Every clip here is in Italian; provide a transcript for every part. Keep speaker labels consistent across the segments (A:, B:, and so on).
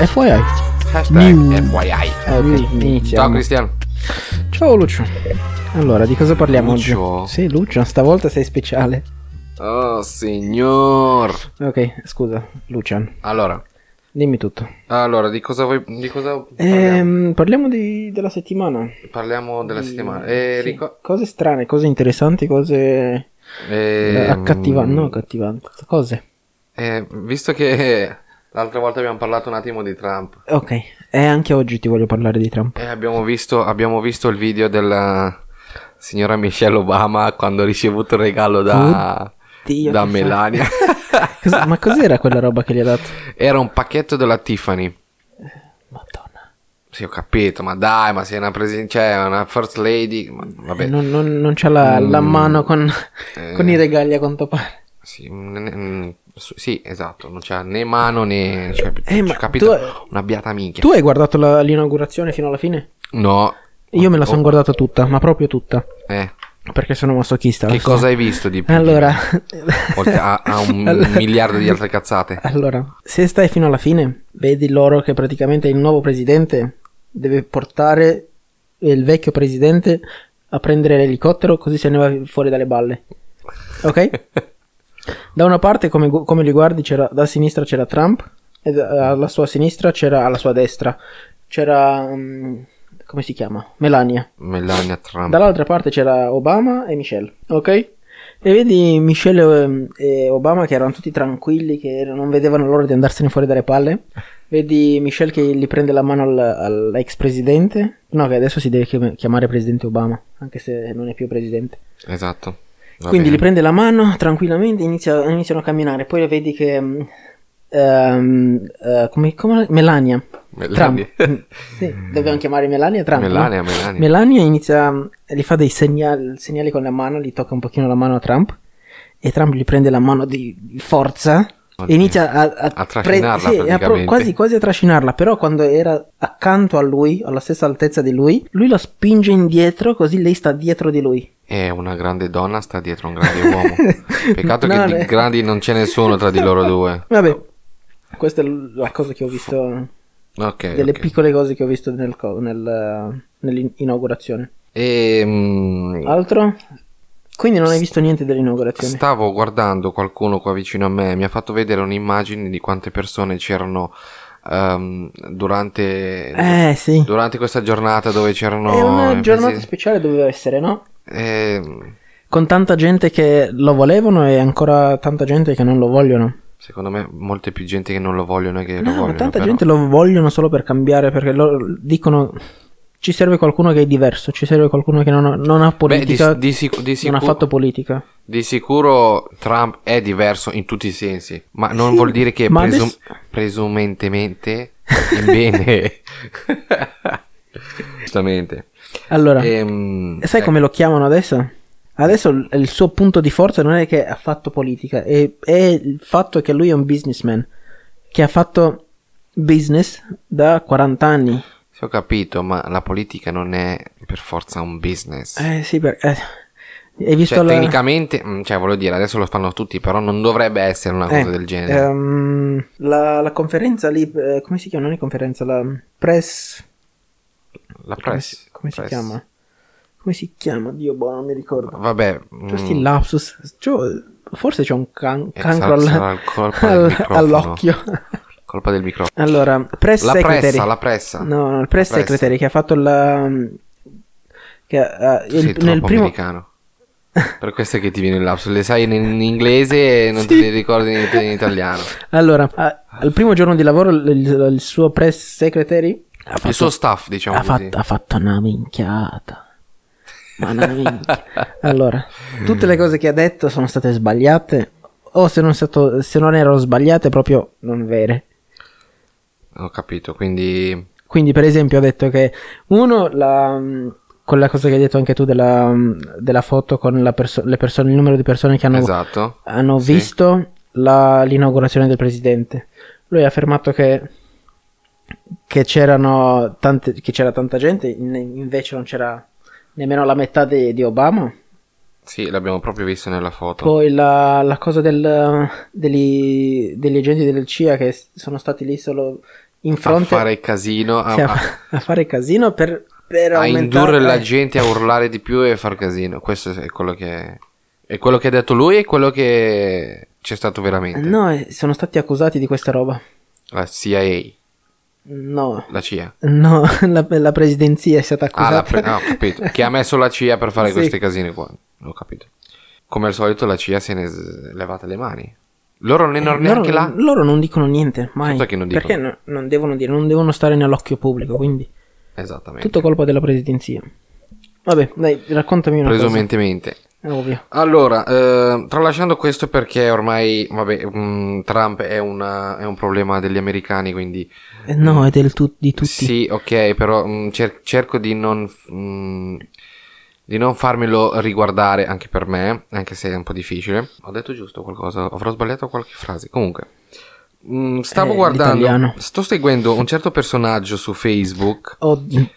A: FYI.
B: Hashtag
A: New.
B: FYI.
A: Ah, ok,
B: Ciao
A: iniziamo.
B: Cristiano.
A: Ciao Lucio. Allora, di cosa parliamo
B: Lucio?
A: oggi? Sì, Lucio, stavolta sei speciale.
B: Oh signor.
A: Ok, scusa, Lucian,
B: Allora,
A: dimmi tutto.
B: allora di cosa vuoi di cosa parliamo?
A: Ehm, parliamo di- della settimana.
B: Parliamo della
A: Di-
B: settimana. Eh,
A: sì,
B: ricor-
A: Cose strane, cose interessanti, cose
B: ehm,
A: eh, accattivanti. No, accattivanti. Cose.
B: mm, eh, visto che l'altra volta abbiamo parlato un attimo di Trump
A: Ok, e anche oggi ti voglio parlare di Trump.
B: e abbiamo visto, abbiamo visto il video della signora Michelle Obama quando ha ricevuto il regalo da,
A: Oddio,
B: da
A: che fa-
B: Melania.
A: Cos- ma cos'era quella roba che gli ha dato?
B: Era un pacchetto della Tiffany.
A: Madonna.
B: Sì, ho capito, ma dai, ma sei una presi- cioè una first lady, ma- vabbè.
A: Non, non- non c'ha la, la
B: Mm.
A: mano con,
B: Eh.
A: con i regali a quanto pare.
B: Sì, mm, mm, su- sì, esatto, non c'ha né mano né cioè,
A: Eh,
B: cioè,
A: ma
B: capito?
A: tu-
B: Una beata minchia.
A: Tu hai guardato la- l'inaugurazione fino alla fine?
B: No.
A: Io me la sono
B: Oh,
A: guardata tutta, ma proprio tutta.
B: eh,
A: Perché sono masochista.
B: Che
A: lo so.
B: cosa hai visto di più?
A: Allora.
B: Oltre a, a un
A: Allora-
B: miliardo di altre cazzate.
A: Allora, se stai fino alla fine, vedi loro che praticamente il nuovo presidente deve portare il vecchio presidente a prendere l'elicottero così se ne va fuori dalle balle. Ok? Da una parte, come, gu- come li guardi, c'era, da sinistra c'era Trump, e da- alla sua sinistra c'era, alla sua destra c'era. mm, come si chiama? Melania.
B: Melania Trump.
A: Dall'altra parte c'era Obama e Michelle, ok? E vedi Michelle ehm, e Obama che erano tutti tranquilli, che erano- non vedevano l'ora di andarsene fuori dalle palle. Vedi Michelle che gli prende la mano al- all'ex presidente. No, che adesso si deve chiam- chiamare presidente Obama, anche se non è più presidente.
B: Esatto. Va
A: Quindi
B: bene.
A: gli prende la mano tranquillamente, inizia- iniziano a camminare. Poi vedi che... mm, ehm, eh, come, come- Melania.
B: Melania.
A: Trump. Mm, sì, dobbiamo chiamare Melania Trump. no?
B: Melania, Melania.
A: Melania inizia, gli fa dei segnali, segnali con la mano, gli tocca un pochino la mano a Trump e Trump gli prende la mano di di forza
B: Oddio.
A: e inizia a,
B: A trascinarla
A: pre- sì, a pro-
B: praticamente.
A: quasi, quasi a trascinarla, però quando era accanto a lui, alla stessa altezza di lui, lui la spinge indietro così lei sta dietro di lui.
B: È una grande donna sta dietro un grande Ah, uomo. Peccato
A: No,
B: che di
A: no.
B: grandi non c'è nessuno tra di loro due.
A: Vabbè, questa è la cosa che ho visto,
B: Ok.
A: delle
B: eh, ok.
A: piccole cose che ho visto nel co- nel, eh, nell'inaugurazione.
B: E mm,
A: Altro? Quindi non hai visto niente dell'inaugurazione?
B: Stavo guardando qualcuno qua vicino a me, mi ha fatto vedere un'immagine di quante persone c'erano ehm, durante,
A: Eh sì.
B: durante questa giornata dove c'erano...
A: è una giornata
B: presi-
A: speciale doveva essere, no?
B: ehm,
A: Con tanta gente che lo volevano e ancora tanta gente che non lo vogliono.
B: secondo me molte più gente che non lo vogliono e che lo
A: No,
B: vogliono.
A: Ah, tanta
B: però.
A: gente lo vogliono solo per cambiare perché loro dicono ci serve qualcuno che è diverso, ci serve qualcuno che non, ha- non ha
B: Beh, di,
A: politica,
B: di sicu- di
A: non
B: sicuro-
A: ha fatto politica.
B: di sicuro Trump è diverso in tutti i sensi, ma non
A: Sì,
B: vuol dire che
A: ma
B: presum-
A: adesso-
B: presumentemente in bene. Giustamente.
A: Allora,
B: Ehm,
A: sai
B: eh,
A: come lo chiamano adesso? Adesso il il suo punto di forza non è che ha fatto politica, è, è il fatto che lui è un businessman, che ha fatto business da 40 anni.
B: Sì, ho capito, ma la politica non è per forza un business.
A: Eh sì, perché... eh, hai visto
B: cioè,
A: la-
B: tecnicamente, mm, cioè, voglio dire, adesso lo fanno tutti, però non dovrebbe essere una cosa
A: eh,
B: del genere.
A: ehm, la, la conferenza lì, eh, come si chiama? Non è conferenza, la press...
B: la
A: Come,
B: press.
A: si- come si
B: press.
A: chiama? Come si chiama? Dio boh, non mi ricordo.
B: Vabbè,
A: C'è sti
B: mm,
A: lapsus. c'ho- forse c'è un can-
B: Eh,
A: cancro al-
B: sarà- sarà il colpo del
A: al-
B: microfono.
A: all'occhio.
B: colpa del microfono.
A: Allora, press
B: La
A: secretary.
B: pressa, la pressa.
A: No, no, il press
B: La pressa.
A: secretary che ha fatto la... Che, ha-
B: Tu
A: il-
B: sei
A: nel
B: troppo
A: primo...
B: americano. Per questo è che ti viene il lapsus. Le sai in, in inglese e non
A: Sì.
B: te le ricordi in, in italiano.
A: Allora, a- al primo giorno di lavoro il, il- il suo press secretary ha fatto,
B: Il suo staff, diciamo
A: ha
B: così.
A: fatto- ha fatto una minchiata. Ma una minchia. allora, tutte le cose che ha detto sono state sbagliate o se non, stato- se non erano sbagliate proprio non vere.
B: Ho capito, quindi...
A: Quindi, per esempio, ho detto che uno, la, mh, quella cosa che hai detto anche tu della, mh, della foto con la perso- le persone, il numero di persone che hanno,
B: Esatto.
A: hanno
B: Sì.
A: visto la- l'inaugurazione del presidente. Lui ha affermato che, che c'erano tante, che c'era tanta gente, in- invece non c'era nemmeno la metà di, di Obama.
B: Sì, l'abbiamo proprio visto nella foto.
A: Poi la, la cosa del, degli, degli agenti del CIA che s- sono stati lì solo in
B: a
A: fronte
B: fare casino, a,
A: cioè,
B: a-
A: a fare casino per, per
B: a
A: aumentare eh.
B: indurre la gente a urlare di più e far casino. Questo è quello che, è quello che ha detto lui e quello che c'è stato veramente.
A: No, eh, sono stati accusati di questa roba.
B: La CIA,
A: No,
B: la CIA.
A: no, la, la presidenza è stata
B: Ah,
A: accusata.
B: la pre- ah, ho capito. Che ha messo la CIA per fare
A: Sì.
B: queste casine qua. Ho capito. Come al solito la CIA se ne è levata le mani. Loro non
A: Eh,
B: ne
A: loro,
B: erano neanche là.
A: loro non dicono niente, mai.
B: Certo che non dicono.
A: perché no- non devono dire, non devono stare nell'occhio pubblico, quindi
B: Esattamente.
A: tutto colpa della presidenza. Vabbè, dai, raccontami una
B: Presumentemente.
A: cosa. È ovvio.
B: Allora, eh, tralasciando questo perché ormai, vabbè, mm, Trump è, una- è un problema degli americani, quindi
A: Eh, no, è del tu- di tutti.
B: sì, ok, però mm, cer- cerco di non, mm, di non farmelo riguardare anche per me, anche se è un po' difficile. Ho detto giusto qualcosa, avrò sbagliato qualche frase. Comunque, mm, stavo
A: Eh, l'italiano.
B: guardando, sto seguendo un certo personaggio su Facebook,
A: Oddio.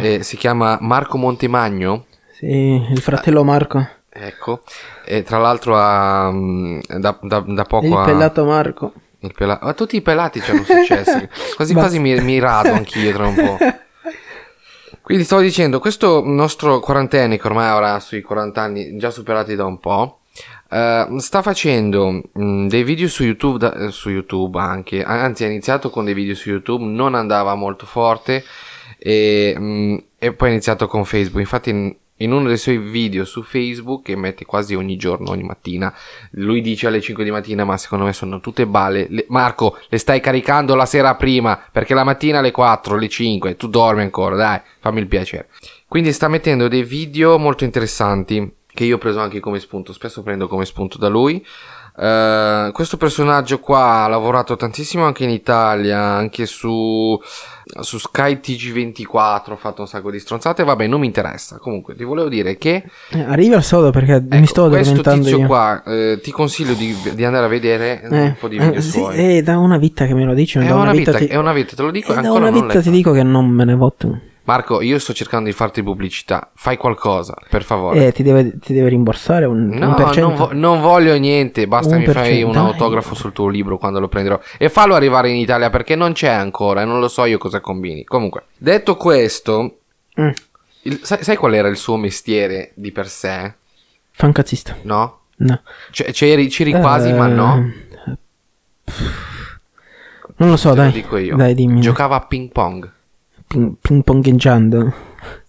B: eh, si chiama Marco Montemagno.
A: Sì, il fratello Marco.
B: Ecco, e tra l'altro ha, mm, da, da- da poco
A: Il
B: ha-
A: pellato Marco.
B: il pela- Ma tutti i pelati ci hanno successo, quasi
A: Ma-
B: quasi mi, mi rado anch'io tra un po'. Quindi stavo dicendo, questo nostro quarantenne, che ormai avrà sui 40 anni, già superati da un po', eh, sta facendo mm, dei video su YouTube, da- eh, su YouTube anche, anzi ha iniziato con dei video su YouTube, non andava molto forte e, mm, e poi ha iniziato con Facebook, infatti in, in uno dei suoi video su Facebook che mette quasi ogni giorno, ogni mattina, lui dice alle 5 di mattina ma secondo me sono tutte balle, Le- Marco le stai caricando la sera prima perché la mattina alle 4, alle 5 tu dormi ancora, dai fammi il piacere. Quindi sta mettendo dei video molto interessanti che io ho preso anche come spunto, spesso prendo come spunto da lui. Eh, questo personaggio qua ha lavorato tantissimo anche in Italia, anche su, su Sky TG24, ha fatto un sacco di stronzate, vabbè non mi interessa. Comunque ti volevo dire che
A: Eh, arriva al sodo perché mi
B: ecco,
A: sto
B: questo
A: addormentando
B: tizio
A: io. Eh,
B: qua eh, ti consiglio di, di andare a vedere un po' di video
A: sì,
B: suoi.
A: è da una vita che me lo dici.
B: È
A: da
B: una vita,
A: ti-
B: è una vita, te lo dico,
A: È da
B: ancora
A: una
B: non
A: vita
B: l'hai
A: ti dico che non me ne voto.
B: Marco, io sto cercando di farti pubblicità, fai qualcosa, per favore.
A: Eh, ti deve, ti deve rimborsare un, un
B: No,
A: per cento.
B: non, vo- non voglio niente. Basta
A: Un
B: mi fai
A: percento,
B: un
A: dai.
B: autografo sul tuo libro quando lo prenderò. E fallo arrivare in Italia perché non c'è ancora e non lo so io cosa combini. Comunque, detto questo,
A: Mm,
B: il- sai, sai qual era il suo mestiere di per sé?
A: fa un cazzista.
B: No?
A: No.
B: Cioè, c'eri, c'eri quasi, ma
A: Eh,
B: no.
A: pff, Non lo so,
B: Te
A: dai.
B: lo dico io.
A: Dai, dimmi.
B: Giocava a ping pong.
A: Ping, ping pongheggiando.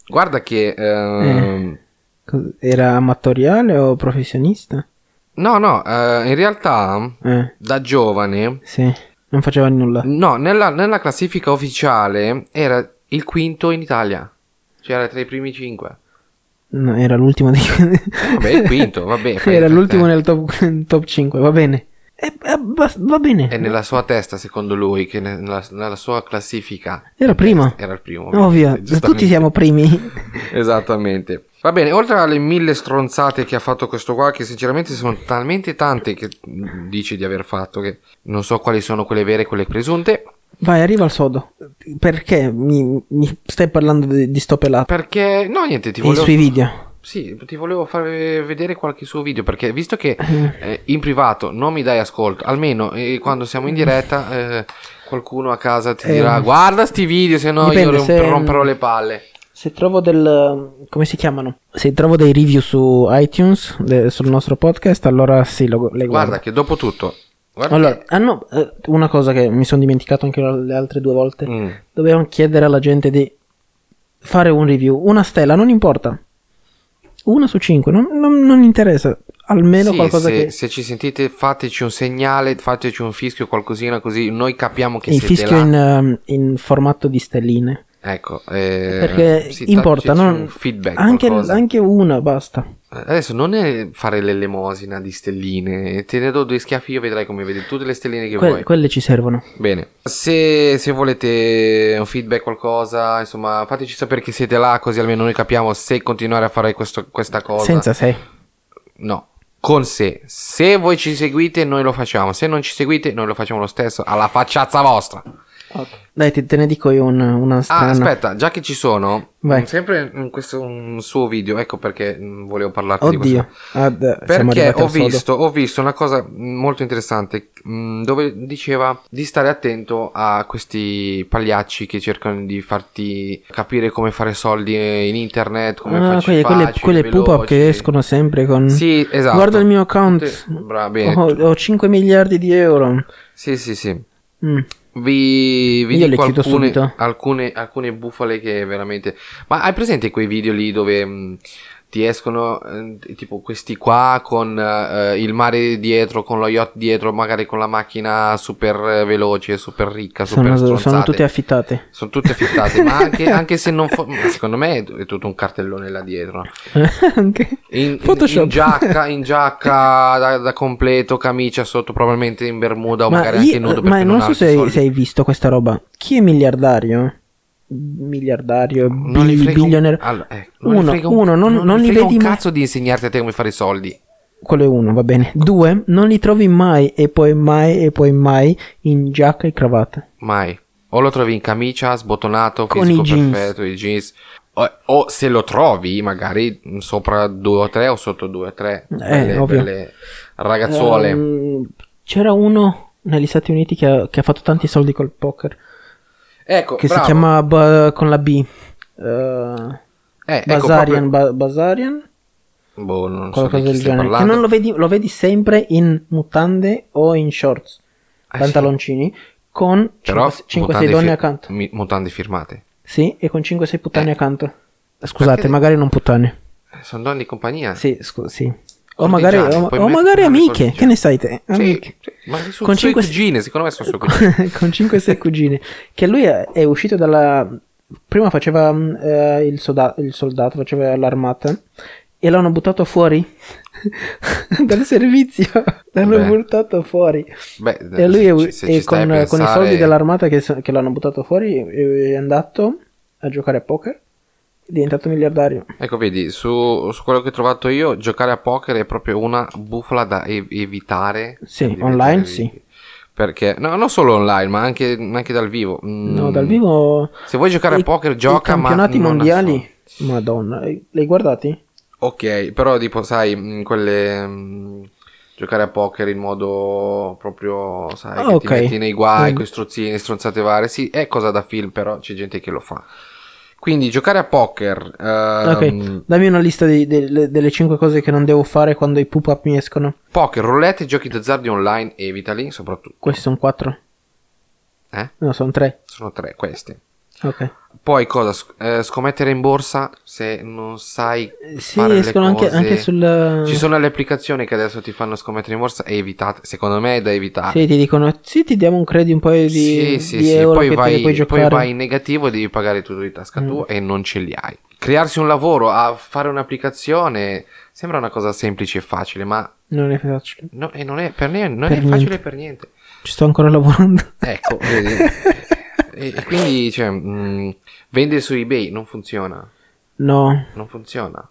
B: Guarda che.
A: Eh.
B: ehm,
A: Cos- Era amatoriale o professionista?
B: No, no, eh, in realtà
A: Eh,
B: da giovane
A: sì. Non faceva nulla.
B: No, nella, nella classifica ufficiale era il quinto in Italia. C'era tra i primi cinque.
A: No, era l'ultimo di... Vabbè,
B: il quinto, vabbè, fai-
A: era
B: fai-
A: l'ultimo
B: eh.
A: nel top, top 5, va bene. Eh, eh, va, va bene.
B: E nella sua testa, secondo lui, che ne- nella, nella sua classifica
A: Era primo.
B: era il primo. eh,
A: Ovvio,
B: ovviamente,
A: tutti siamo primi.
B: Esattamente. Va bene, oltre alle mille stronzate che ha fatto questo qua, che sinceramente sono talmente tante che mm, dice di aver fatto, che non so quali sono quelle vere e quelle presunte,
A: Vai, arriva al sodo. Perché mi, mi stai parlando di, di sto pelato?
B: perché... No, niente, ti
A: E
B: volevo...
A: I suoi video.
B: Sì, ti volevo far vedere qualche suo video perché visto che eh, in privato non mi dai ascolto, almeno eh, quando siamo in diretta eh, qualcuno a casa ti
A: Eh.
B: dirà guarda sti video se no io
A: Dipende,
B: rom-
A: se-
B: romperò le palle.
A: Se trovo del... come si chiamano? Se trovo dei review su iTunes, de- sul nostro podcast, allora sì, lo, le guardo.
B: Guarda che dopo tutto... guarda
A: Allora,
B: che-
A: hanno eh, una cosa che mi sono dimenticato anche le altre due volte.
B: Mm.
A: Dovevamo chiedere alla gente di fare un review. Una stella, non importa. Una su cinque, non, non- non interessa. Almeno
B: Sì,
A: qualcosa
B: se,
A: che...
B: se ci sentite fateci un segnale, fateci un fischio, qualcosina così noi capiamo che
A: il
B: siete
A: fischio
B: là.
A: in, ehm, in formato di stelline.
B: Ecco, eh,
A: perché
B: sì,
A: importa,
B: dateci
A: non...
B: un feedback.
A: anche,
B: qualcosa.
A: anche una, basta.
B: Adesso non è fare l'elemosina di stelline, te ne do due schiaffi io vedrai come vedi tutte le stelline che
A: Que-
B: vuoi.
A: quelle ci servono.
B: Bene, se, se volete un feedback, qualcosa, insomma, fateci sapere che siete là così almeno noi capiamo se continuare a fare questo- questa cosa.
A: Senza sei.
B: No, con se. Se voi ci seguite noi lo facciamo, se non ci seguite noi lo facciamo lo stesso, alla facciazza vostra.
A: Dai, te, te ne dico io un- una strana.
B: Ah, aspetta, già che ci sono,
A: Vai.
B: mh, sempre in questo un suo video, ecco perché mh, volevo parlarti di questo.
A: Oddio. Ah, d- siamo
B: Perché
A: arrivati
B: ho
A: al sodo.
B: visto, ho visto una cosa molto interessante mh, dove diceva di stare attento a questi pagliacci che cercano di farti capire come fare soldi in internet, come
A: Ah,
B: farci
A: quelle, quelle,
B: facili,
A: quelle pupa
B: veloci.
A: che escono sempre con...
B: Sì, esatto.
A: Guarda il mio Oh. account.
B: Te- Bra, bene.
A: Ho, ho 5 miliardi di euro.
B: Sì, sì, sì.
A: Mm.
B: Vi, vi
A: Io le
B: dico
A: chiudo
B: alcune,
A: subito.
B: alcune, alcune bufale che veramente... Ma hai presente quei video lì dove mh, ti escono eh, tipo questi qua con eh, il mare dietro, con lo yacht dietro, magari con la macchina super eh, veloce, super ricca, super
A: Sono, sono
B: stronzate.
A: tutte affittate.
B: Sono tutte affittate, ma anche, anche se non... fo- ma secondo me è è tutto un cartellone là dietro.
A: Anche-
B: In,
A: Photoshop.
B: in giacca, in giacca da, da completo, camicia sotto, probabilmente in bermuda o
A: ma
B: magari
A: io-
B: anche nudo
A: ma
B: perché
A: non
B: non,
A: so
B: ha
A: se
B: soldi.
A: hai, se hai visto questa roba. Chi è miliardario? Miliardario,
B: non
A: bi-
B: li frega un-
A: billionaire.
B: Allora, eh, non
A: uno,
B: li frega un,
A: uno, non, non
B: gli
A: li
B: frega
A: vedi
B: un
A: mai.
B: cazzo di insegnarti a te come fare i soldi.
A: Quello è uno, va bene. Due, non li trovi mai e poi mai e poi mai in giacca e cravatta.
B: Mai. O lo trovi in camicia, sbottonato,
A: Con
B: fisico
A: i jeans.
B: perfetto, i jeans. O, o se lo trovi, magari mh, sopra 2 o 3 o sotto 2 o 3.
A: Eh, ovvio.
B: ragazzuole.
A: Ehm, c'era uno negli Stati Uniti che ha, che ha fatto tanti soldi col poker.
B: ecco,
A: Che
B: bravo.
A: si chiama Ba- con la B. eh,
B: Eh, ecco,
A: Basarian, Ba- Basarian,
B: proprio- boh, non so
A: qualcosa
B: di chi
A: del
B: stai
A: genere. Che
B: parlando.
A: non lo vedi, lo vedi sempre in mutande o in shorts,
B: Ah,
A: pantaloncini, con
B: Però
A: 5-6
B: mutande
A: donne
B: fir-
A: accanto.
B: mi- mutande firmate.
A: Sì, e con 5-6 puttane accanto. Scusate,
B: Eh. Perché-
A: magari non puttane.
B: Eh, Sono donne di compagnia.
A: Sì, scu- sì. O magari,
B: Cortigiane,
A: o,
B: puoi
A: o
B: mettere
A: magari
B: una
A: amiche,
B: cortigiana.
A: che ne sai te?
B: Sì,
A: Amiche.
B: sì, ma sono
A: Mm. Con
B: sue
A: cinque-
B: cugine, secondo me sono sue cugine.
A: con 5-6 cugine. Che lui è, è uscito dalla. Prima faceva mh, eh, il, soda- il soldato, faceva l'armata. E l'hanno buttato fuori dal servizio. L'hanno
B: Beh.
A: buttato fuori.
B: Beh,
A: E lui è-
B: se- se ci
A: e
B: stai
A: con,
B: a
A: con i
B: pensare-
A: soldi dell'armata che, so- che l'hanno buttato fuori è, è andato a giocare a poker. È diventato miliardario.
B: Ecco, vedi, su, su quello che ho trovato io, giocare a poker è proprio una bufala da ev- evitare.
A: Sì,
B: Da evitare
A: online
B: di-
A: sì.
B: Perché, no, non solo online, ma anche, anche dal vivo. Mm,
A: No, dal vivo.
B: Se vuoi giocare a
A: i-
B: poker,
A: i
B: gioca, ma
A: campionati
B: non a
A: mondiali. Madonna, eh, li hai guardati?
B: Ok, però tipo, sai, mm, quelle... mm, giocare a poker in modo proprio, sai,
A: Ah,
B: che
A: ok.
B: ti metti nei guai,
A: Mm.
B: con strozzini, stronzate varie. Sì, è cosa da film, però c'è gente che lo fa. Quindi giocare a poker... ehm,
A: ok, dammi una lista di- delle- delle 5 cose che non devo fare quando i pup up mi escono.
B: Poker, roulette e giochi d'azzardo online, evitali soprattutto.
A: Questi sono 4.
B: Eh?
A: No, sono 3.
B: Sono tre questi.
A: Ok.
B: Poi cosa? Sc- eh, scommettere in borsa se non sai
A: Eh, Sì,
B: fare le
A: escono anche,
B: cose.
A: anche sul.
B: Ci sono le applicazioni che adesso ti fanno scommettere in borsa e evitate. Secondo me è da evitare.
A: Sì, ti dicono, sì, ti diamo un credito, un paio di,
B: ah. Sì, sì,
A: di
B: sì,
A: euro
B: Poi,
A: che te
B: vai,
A: li puoi
B: poi
A: giocare. Mm.
B: vai in negativo e devi pagare tutto di tasca tua e non ce li hai. Crearsi un lavoro, a fare un'applicazione sembra una cosa semplice e facile, ma
A: Non è facile.
B: no- e non è, per ne- non
A: Per
B: è facile
A: niente.
B: per niente.
A: Ci sto ancora lavorando.
B: Ecco, vedi. e, e quindi cioè, mh, vendere su eBay non funziona.
A: No,
B: Non funziona.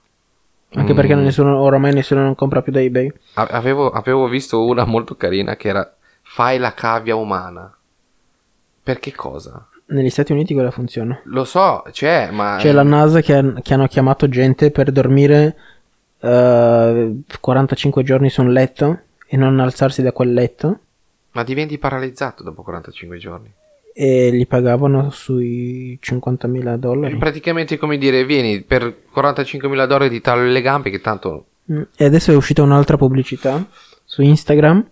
A: anche
B: Mm.
A: perché nessuno, oramai nessuno non compra più da eBay.
B: A- Avevo, avevo visto una molto carina che era fai la cavia umana. Per che cosa?
A: Negli Stati Uniti quella funziona.
B: Lo so, c'è, ma...
A: C'è la NASA che, han- che hanno chiamato gente per dormire eh, 45 giorni su un letto e non alzarsi da quel letto
B: Ma diventi paralizzato dopo 45 giorni.
A: e li pagavano sui 50.000
B: È
A: dollari.
B: praticamente come dire, vieni, per 45.000 dollari ti taglio le gambe che tanto...
A: Mm, E adesso è uscita un'altra pubblicità su Instagram.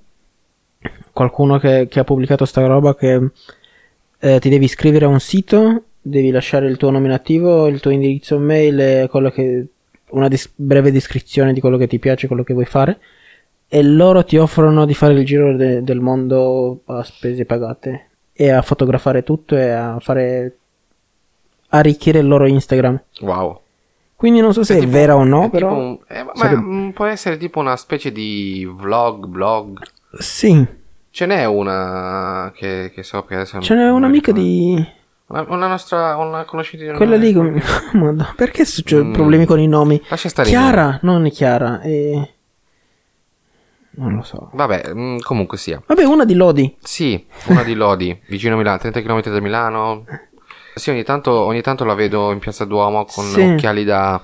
A: Qualcuno che, che ha pubblicato sta roba che eh, ti devi iscrivere a un sito, devi lasciare il tuo nominativo, il tuo indirizzo mail, e quello che- una dis- breve descrizione di quello che ti piace, quello che vuoi fare. E loro ti offrono di fare il giro de- del mondo a spese pagate e a fotografare tutto e a fare arricchire il loro Instagram.
B: Wow.
A: Quindi non so se è,
B: tipo-
A: vera o
B: è
A: no,
B: tipo
A: però.
B: un- eh, ma
A: sarebbe-
B: mm, può essere tipo una specie di vlog, blog.
A: Sì,
B: Ce n'è una che, che so che adesso... non-
A: ce n'è
B: non
A: un'amica
B: ricordo.
A: di.
B: Una, una nostra... Una conoscente di...
A: Quella lì. Come... Madonna, perché succedono
B: Mm.
A: problemi con i nomi?
B: Lascia stare. i nomi.
A: Chiara, non Chiara. eh, Non lo so.
B: Vabbè, mm, comunque sia.
A: Vabbè, una di Lodi.
B: Sì, una di Lodi, vicino a Milano, 30 km da Milano. Sì, ogni tanto, ogni tanto la vedo in Piazza Duomo con
A: Sì.
B: occhiali da...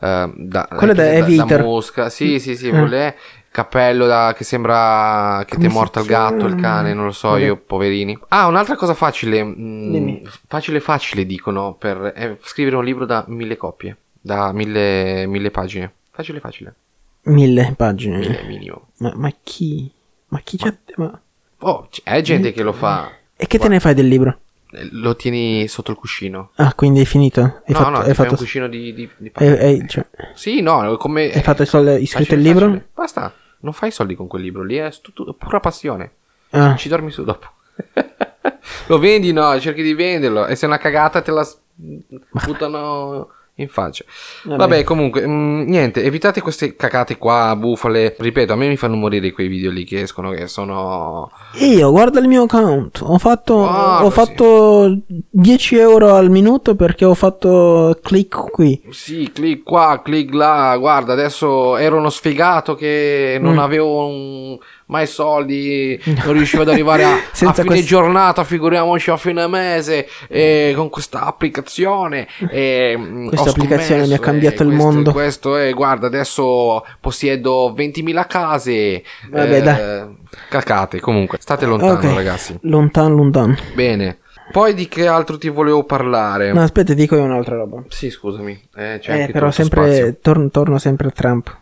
B: eh, da
A: Quella da
B: da,
A: Heavy
B: da
A: Hitter.
B: mosca. Sì, sì, sì,
A: Eh.
B: quello è. Cappello da- che sembra che ti è
A: Come si
B: morto il
A: chiama?
B: gatto, il cane, non lo so
A: Vabbè.
B: io, poverini. Ah, un'altra cosa facile. mm,
A: Dimmi.
B: facile facile dicono per eh, scrivere un libro da mille copie, da mille, mille pagine. Facile facile,
A: Mille pagine.
B: mille minimo.
A: Ma, ma chi? Ma chi c'è? Ma...
B: Oh, c'è
A: Mm.
B: gente che lo fa.
A: E che te ne fai del libro?
B: Eh, Lo tieni sotto il cuscino.
A: Ah, quindi è finito? Hai
B: no,
A: fatto,
B: no, ti
A: hai
B: fai
A: fatto,
B: un cuscino di, di, di
A: hai,
B: papà.
A: hai- cioè,
B: Sì, no, come...
A: hai fatto i soldi- hai scritto il
B: Eh,
A: libro?
B: facile, facile. Basta, non fai soldi con quel libro lì, è tutto- pura passione.
A: Ah,
B: Ci dormi su dopo. lo vendi, no, cerchi di venderlo. E se è una cagata te la s- buttano in faccia.
A: Vabbè.
B: Vabbè, comunque, mm, niente, evitate queste cagate qua, bufale. Ripeto, a me mi fanno morire quei video lì che escono, che sono...
A: Io, guarda il mio account, ho fatto,
B: Guarda,
A: ho
B: sì.
A: fatto 10 euro al minuto perché ho fatto click qui.
B: Sì, clic qua, clic là, guarda, adesso ero uno sfigato che non
A: Mm.
B: avevo un- mai soldi, non riuscivo ad arrivare a, a
A: Senza
B: fine
A: quest-
B: giornata, figuriamoci a fine mese, e con questa applicazione. e, mm,
A: Questa
B: ho
A: applicazione mi ha
B: scommesso,
A: cambiato
B: e
A: il
B: questo-
A: mondo.
B: Questo è, guarda, adesso possiedo 20.000 case.
A: Vabbè,
B: Eh,
A: dai.
B: Cacate, comunque, state lontano
A: Ok.
B: ragazzi.
A: Lontano, lontano.
B: Bene, poi di che altro ti volevo parlare?
A: No, aspetta, dico io un'altra roba.
B: Sì, scusami, eh, c'è
A: Eh,
B: anche
A: però
B: tanto spazio.
A: sempre torno, torno sempre a Trump.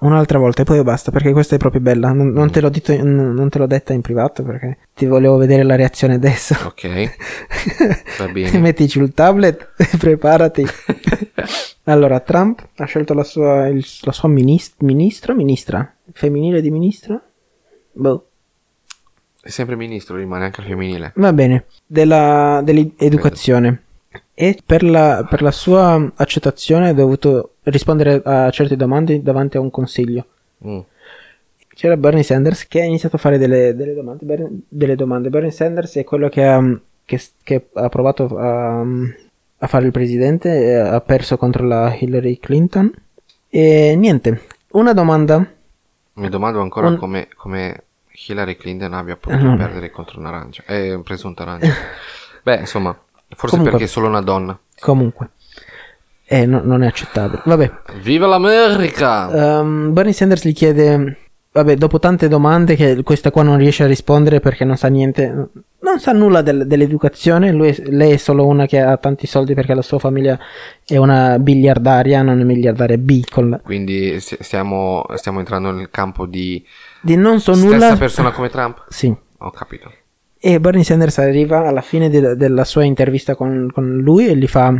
A: Un'altra volta e poi basta perché questa è proprio bella. Non, non te, l'ho detto, n- non te l'ho detta in privato perché ti volevo vedere la reazione adesso.
B: Ok. Va bene.
A: Mettici il tablet e preparati. allora, Trump ha scelto la sua, il- la sua minis- ministra, ministra, femminile di ministra? Boh.
B: È sempre ministro, rimane anche al femminile.
A: Va bene, della, dell'educazione. E per la, per la sua accettazione ha dovuto rispondere a certe domande davanti a un consiglio.
B: Mm.
A: C'era Bernie Sanders che ha iniziato a fare delle, delle domande, Bern- delle domande. Bernie Sanders è quello che ha, che, che ha provato a, a fare il presidente, e ha perso contro la Hillary Clinton. E niente, una domanda.
B: Mi domando ancora
A: Un-
B: come, come Hillary Clinton abbia potuto
A: Mm.
B: perdere contro un'arancia. Eh, presunta arancia. Beh, insomma, forse
A: Comunque-
B: perché è solo una donna.
A: Comunque, eh, no- non è accettabile. Vabbè,
B: Viva l'America!
A: Ehm, Bernie Sanders gli chiede, vabbè, dopo tante domande che questa qua non riesce a rispondere perché non sa niente, non sa nulla del- dell'educazione, lui- lei è solo una che ha tanti soldi perché la sua famiglia è una biliardaria, non è miliardaria, B con la-
B: Quindi si- stiamo, stiamo entrando nel campo di
A: di non so
B: stessa
A: nulla.
B: persona come Trump.
A: Sì.
B: Ho capito.
A: E Bernie Sanders arriva alla fine de- della sua intervista con, con lui e gli fa: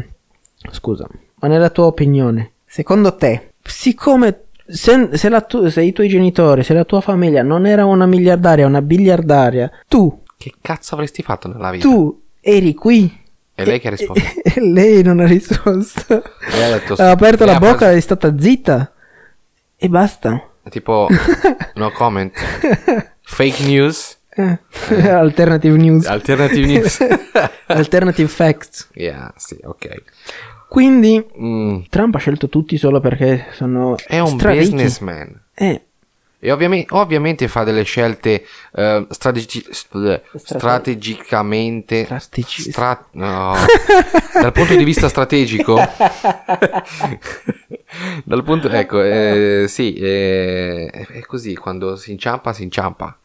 A: Scusa, ma nella tua opinione, secondo te, siccome se, se la tu- se i tuoi genitori, se la tua famiglia non era una miliardaria, una biliardaria, tu,
B: Che cazzo avresti fatto nella vita?
A: tu eri qui?
B: E lei che ha risposto?
A: E lei non ha risposto.
B: Lei ha detto sì.
A: ha aperto
B: Lei
A: la
B: ha
A: bocca,
B: preso-
A: è stata zitta. E basta.
B: Tipo, Oh, no comment. Fake news.
A: Eh, Alternative news.
B: Alternative news.
A: Alternative facts.
B: Yeah, sì, ok.
A: Quindi
B: Mm.
A: Trump ha scelto tutti solo perché sono
B: È un
A: straricchi.
B: businessman.
A: Eh,
B: E ovviamente, ovviamente fa delle scelte eh, strategi- st- strategicamente.
A: Strategi-
B: stra- no. Dal punto di vista strategico. cioè, Dal punto, ecco, eh, sì, eh, è è così, quando si inciampa, si inciampa.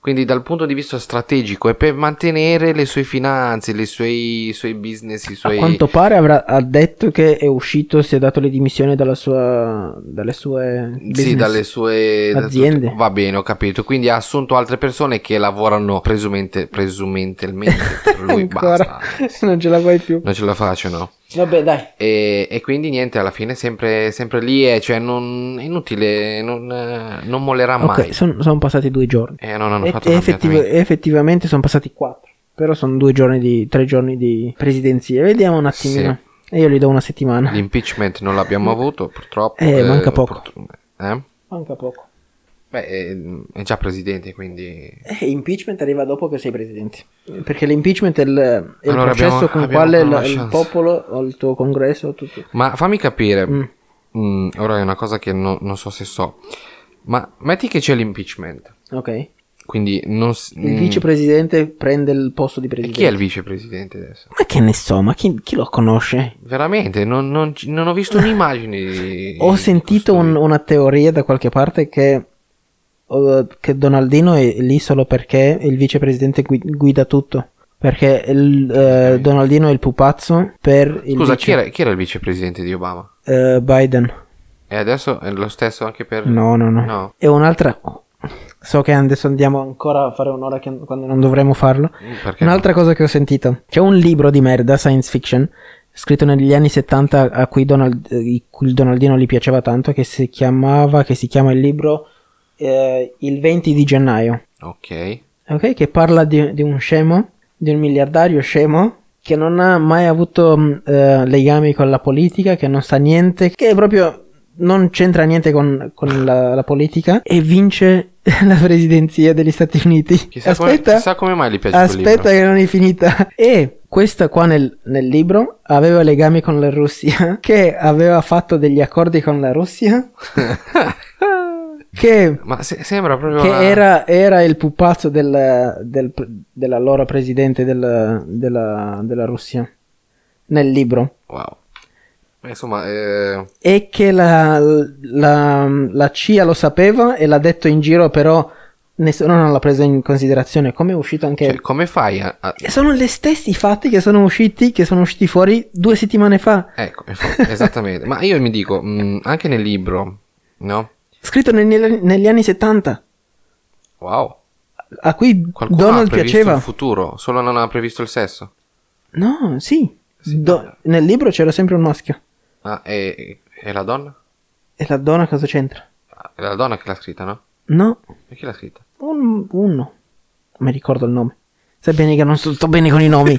B: Quindi dal punto di vista strategico è per mantenere le sue finanze, le sue- i suoi business, i
A: a
B: suoi...
A: quanto pare avrà, ha detto che è uscito, si è dato le dimissioni dalla sua, dalle sue
B: Sì,
A: business.
B: dalle sue da
A: aziende.
B: tutte- Va bene, ho capito. Quindi ha assunto altre persone che lavorano presumente, presumentemente per lui.
A: Ancora,
B: basta.
A: non ce la fai più.
B: Non ce la facciano.
A: Vabbè, dai.
B: E, e quindi niente, alla fine è sempre, sempre lì, e cioè non, è inutile, non, eh, non mollerà
A: Ok,
B: mai.
A: sono passati due giorni.
B: Eh, no, no, hanno
A: E-
B: fatto
A: e
B: un
A: effettiv-
B: cambiamento.
A: effettivamente sono passati quattro. Però sono due giorni di, tre giorni di presidenzie. Vediamo un attimino. E io gli do una settimana.
B: L'impeachment non l'abbiamo avuto, purtroppo.
A: Eh, manca poco.
B: purt- eh?
A: Manca poco.
B: Beh, è, è già presidente, quindi...
A: Eh, impeachment arriva dopo che sei presidente. Perché l'impeachment è il, è il
B: Allora
A: processo
B: abbiamo-
A: con il
B: abbiamo
A: quale
B: ancora
A: la-
B: una
A: il
B: chance.
A: popolo o il tuo congresso tutto.
B: Ma fammi capire,
A: Mm.
B: Mm, ora è una cosa che no- non so se so. Ma metti che c'è l'impeachment,
A: Ok.
B: quindi non... s-
A: Il
B: mm,
A: vicepresidente prende il posto di
B: e
A: presidente.
B: Chi è il vicepresidente adesso?
A: Ma che ne so, ma chi, chi lo conosce?
B: Veramente, non, non ci- non ho visto un'immagine. di-
A: Ho
B: di
A: sentito
B: costui.
A: un- una teoria da qualche parte che, eh, che Donaldino è lì solo perché il vicepresidente gui- guida tutto. Perché il, eh,
B: Ok.
A: Donaldino è il pupazzo per il
B: Scusa,
A: vice-
B: chi, era, chi era il vicepresidente di Obama?
A: eh, Biden.
B: E adesso è lo stesso anche per...
A: No, no, no.
B: Eh. No.
A: E un'altra... So che adesso andiamo ancora a fare un'ora che- quando non dovremmo farlo.
B: Perché
A: Un'altra cosa che ho sentito, c'è un libro di merda, science fiction, scritto negli anni 70 a cui, Donald- eh, i cui il Donaldino gli piaceva tanto, che si chiamava, che si chiama il libro eh, Il 20 di gennaio,
B: Ok.
A: ok? Che parla di, di un scemo, di un miliardario scemo, che non ha mai avuto mh, eh, legami con la politica, che non sa niente, che proprio non c'entra niente con, con la, la politica e vince la presidenza degli Stati Uniti.
B: Chissà, Come, chissà come mai gli piace
A: Aspetta
B: quel libro.
A: che non è finita. E questa qua nel, nel libro aveva legami con la Russia, che aveva fatto degli accordi con la Russia, che,
B: Ma se- sembra proprio...
A: che
B: una-
A: era, era il pupazzo del, del- dell'allora presidente del- della, della Russia, nel libro.
B: Wow. Insomma, eh,
A: E che la, la, la CIA lo sapeva e l'ha detto in giro, però nessuno non l'ha preso in considerazione. Come è uscito anche...
B: cioè, come fai a... a-
A: Sono gli stessi fatti che sono usciti, che sono usciti fuori due settimane fa.
B: Ecco, inf- esattamente. Ma io mi dico, mh, anche nel libro, no?
A: Scritto nel- nel- negli anni 70,
B: Wow.
A: a cui
B: Qualcuno
A: Donald
B: ha previsto
A: piaceva.
B: il futuro, solo non ha previsto il sesso.
A: No, sì.
B: Sì, eh.
A: Do-
B: ma-
A: nel libro c'era sempre un maschio.
B: Ah, e, e la donna?
A: E la donna cosa c'entra?
B: Ah, È la donna che l'ha scritta, no?
A: No,
B: E chi l'ha scritta?
A: un, uno. Non mi ricordo il nome. Sai bene che non sto, sto bene con i nomi.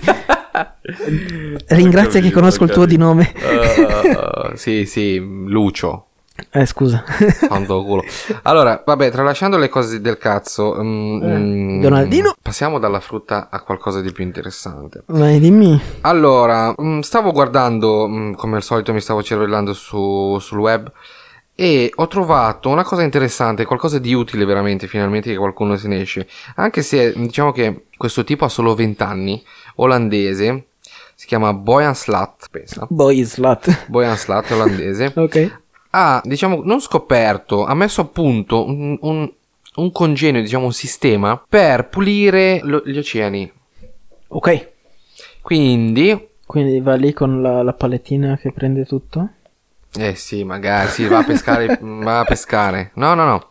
A: Ringrazia che conosco il tuo di nome.
B: Eh, sì, sì, Lucio.
A: Eh, scusa.
B: Quando culo. Allora, vabbè, tralasciando le cose del cazzo, mm,
A: Eh,
B: mm,
A: Donaldino.
B: passiamo dalla frutta a qualcosa di più interessante.
A: Vai, dimmi.
B: Allora, mm, stavo guardando, mm, come al solito mi stavo cervellando su- sul web e ho trovato una cosa interessante, qualcosa di utile veramente, finalmente che qualcuno se ne esce. Anche se mm, diciamo che questo tipo ha solo 20 anni, olandese, si chiama Boyan Slat, pensa.
A: Boy slot.
B: Boyan Slat è olandese
A: ok.
B: ha, diciamo, non scoperto, ha messo a punto un, un- un congegno, diciamo, un sistema per pulire lo- gli oceani.
A: Ok.
B: Quindi,
A: Quindi va lì con la, la palettina che prende tutto.
B: eh sì, magari sì, va a pescare, va a pescare. No, no, no.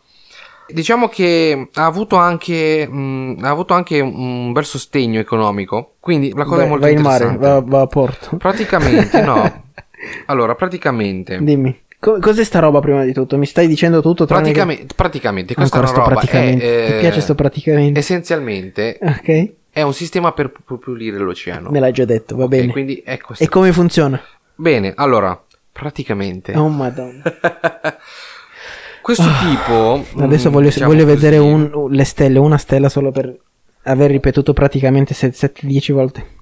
B: Diciamo che ha avuto anche, mm, ha avuto anche un bel sostegno economico. Quindi, la cosa
A: Vai-
B: è molto
A: vai in
B: interessante.
A: mare, va, va a porto.
B: Praticamente, no. Allora, praticamente.
A: Dimmi, co- cos'è sta roba prima di tutto? Mi stai dicendo tutto? tranne che-
B: Praticamente, praticamente questa
A: Ancora sto
B: roba è,
A: praticamente. Ti
B: eh,
A: piace sto praticamente?
B: Essenzialmente
A: Ok,
B: È un sistema per pu- pulire l'oceano.
A: me l'hai già detto, va
B: E
A: bene.
B: quindi è questo.
A: E come funziona?
B: Bene, allora, praticamente.
A: Oh madonna.
B: questo tipo.
A: Ah, Adesso
B: mm,
A: voglio,
B: diciamo
A: voglio
B: così,
A: vedere un- un- le stelle, una stella solo per aver ripetuto praticamente 7-10 volte.